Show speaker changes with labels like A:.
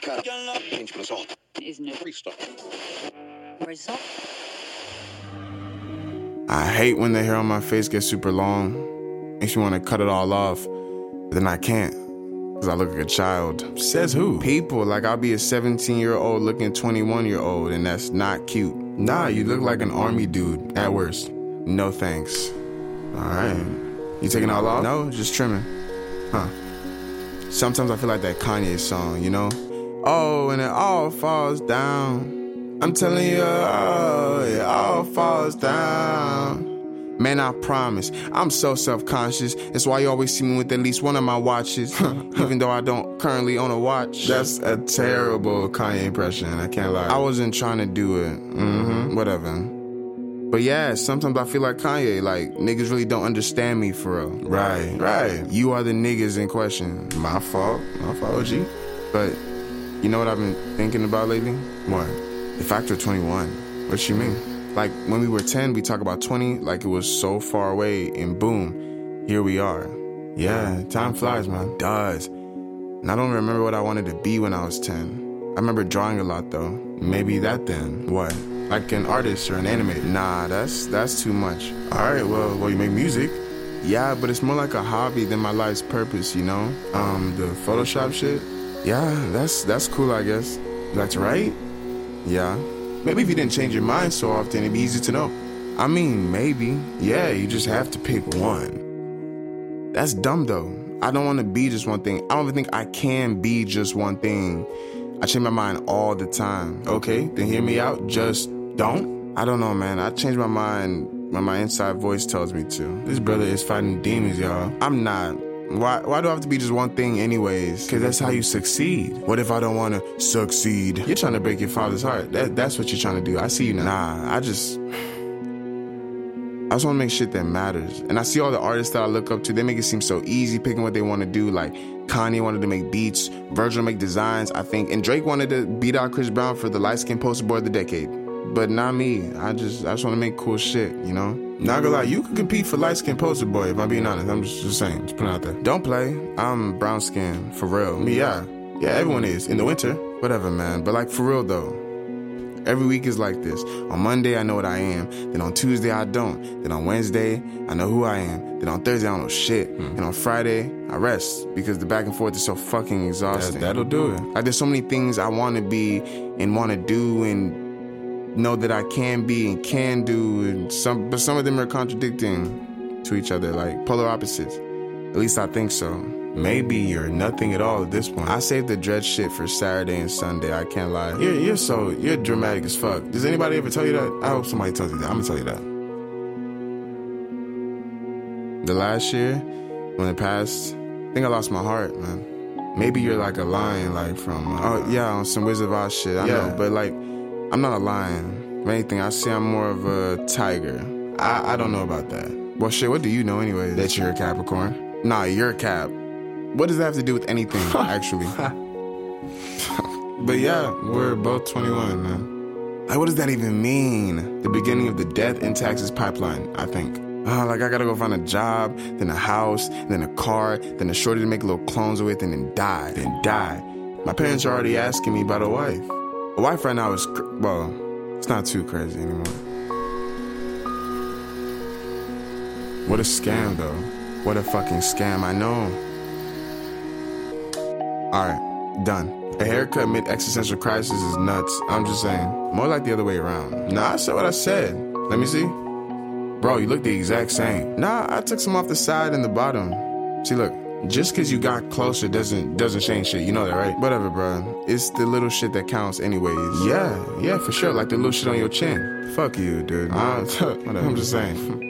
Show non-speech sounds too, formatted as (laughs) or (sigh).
A: Kanka. Genç burası ol.
B: is no
A: Freestyle.
B: result.
C: I hate when the hair on my face gets super long. Makes me want to cut it all off. But then I can't. Because I look like a child.
D: Says who?
C: People, like I'll be a 17 year old looking 21 year old, and that's not cute. Nah, you look like an army dude, at worst. No thanks. Alright. You taking it all off? No, just trimming. Huh. Sometimes I feel like that Kanye song, you know? Oh, and it all falls down. I'm telling you, oh, it all falls down. Man, I promise, I'm so self conscious. That's why you always see me with at least one of my watches, (laughs) even though I don't currently own a watch. That's a terrible Kanye impression, I can't lie. I wasn't trying to do it. hmm whatever. But yeah, sometimes I feel like Kanye, like niggas really don't understand me for real.
D: Right, right.
C: You are the niggas in question.
D: My fault. My fault, G.
C: But you know what I've been thinking about lately? What? The factor 21. What you mean? Like when we were 10, we talk about 20 like it was so far away, and boom, here we are. Yeah, time flies, man. It does. And I don't remember what I wanted to be when I was 10. I remember drawing a lot though. Maybe that then. What? Like an artist or an animator. Nah, that's that's too much.
D: All right, well, well, you make music.
C: Yeah, but it's more like a hobby than my life's purpose, you know? Um, the Photoshop shit. Yeah, that's that's cool, I guess.
D: That's right.
C: Yeah.
D: Maybe if you didn't change your mind so often, it'd be easy to know.
C: I mean, maybe.
D: Yeah, you just have to pick one.
C: That's dumb though. I don't want to be just one thing. I don't even think I can be just one thing. I change my mind all the time.
D: Okay, then hear me out. Just don't.
C: I don't know, man. I change my mind when my inside voice tells me to.
D: This brother is fighting demons, y'all.
C: I'm not. Why, why do I have to be just one thing, anyways?
D: Cause that's how you succeed.
C: What if I don't want to succeed?
D: You're trying to break your father's heart. That, that's what you're trying to do. I see you now.
C: Nah, I just. I just want to make shit that matters. And I see all the artists that I look up to, they make it seem so easy picking what they want to do. Like Kanye wanted to make beats, Virgil make designs, I think, and Drake wanted to beat out Chris Brown for the light skin poster boy of the decade. But not me. I just I just want to make cool shit, you know?
D: Not gonna lie, you could compete for light skin poster boy. If I'm being honest, I'm just, just saying, just putting it out there.
C: Don't play. I'm brown skin, for real.
D: Me, yeah, yeah, everyone is in the winter.
C: Whatever, man. But like for real though, every week is like this. On Monday, I know what I am. Then on Tuesday, I don't. Then on Wednesday, I know who I am. Then on Thursday, I don't know shit.
D: Hmm.
C: And on Friday, I rest because the back and forth is so fucking
D: That,
C: exhausting.
D: that'll do it.
C: like there's so many things I want to be and want to do and know that I can be and can do, and some but some of them are contradicting to each other, like polar opposites. At least I think so.
D: Maybe you're nothing at all at this point.
C: I saved the dread shit for Saturday and Sunday. I can't lie.
D: You're, you're so you're dramatic as fuck. Does anybody ever tell you that? I hope somebody tells you that. I'm gonna tell you that.
C: The last year, when it passed, I think I lost my heart, man.
D: Maybe you're like a lion, like from uh,
C: Oh yeah, on some Wizard of Oz shit. I
D: Yeah.
C: know, but like, I'm not a lion. If anything, I say I'm more of a tiger.
D: I, I don't know about that.
C: Well, shit. What do you know, anyways?
D: That you're a Capricorn.
C: nah, you're a cab. What does that have to do with
D: (laughs)
C: anything, actually?
D: But yeah, we're both 21, man.
C: Like, what does that even mean?
D: The beginning of the death and taxes pipeline, I think.
C: Ah, like I gotta go find a job, then a house, then a car, then a shorty to make little clones with, and then die, then die.
D: My parents are already asking me about a wife.
C: A wife right now is cr- well, it's not too crazy anymore.
D: What a scam, though.
C: What a fucking scam, I know. Alright, done.
D: A haircut mid existential crisis is nuts. I'm just saying.
C: More like the other way around.
D: Nah, I said what I said. Let me see. Bro, you look the exact same.
C: Nah, I took some off the side and the bottom. See, look,
D: Just cause you got closer doesn't doesn't change shit. You know that, right?
C: whatever, bruh. It's the little shit that counts, anyways.
D: Yeah, yeah, for sure. Like the little shit on your chin.
C: Fuck you, dude.
D: Uh, (laughs) I'm just saying.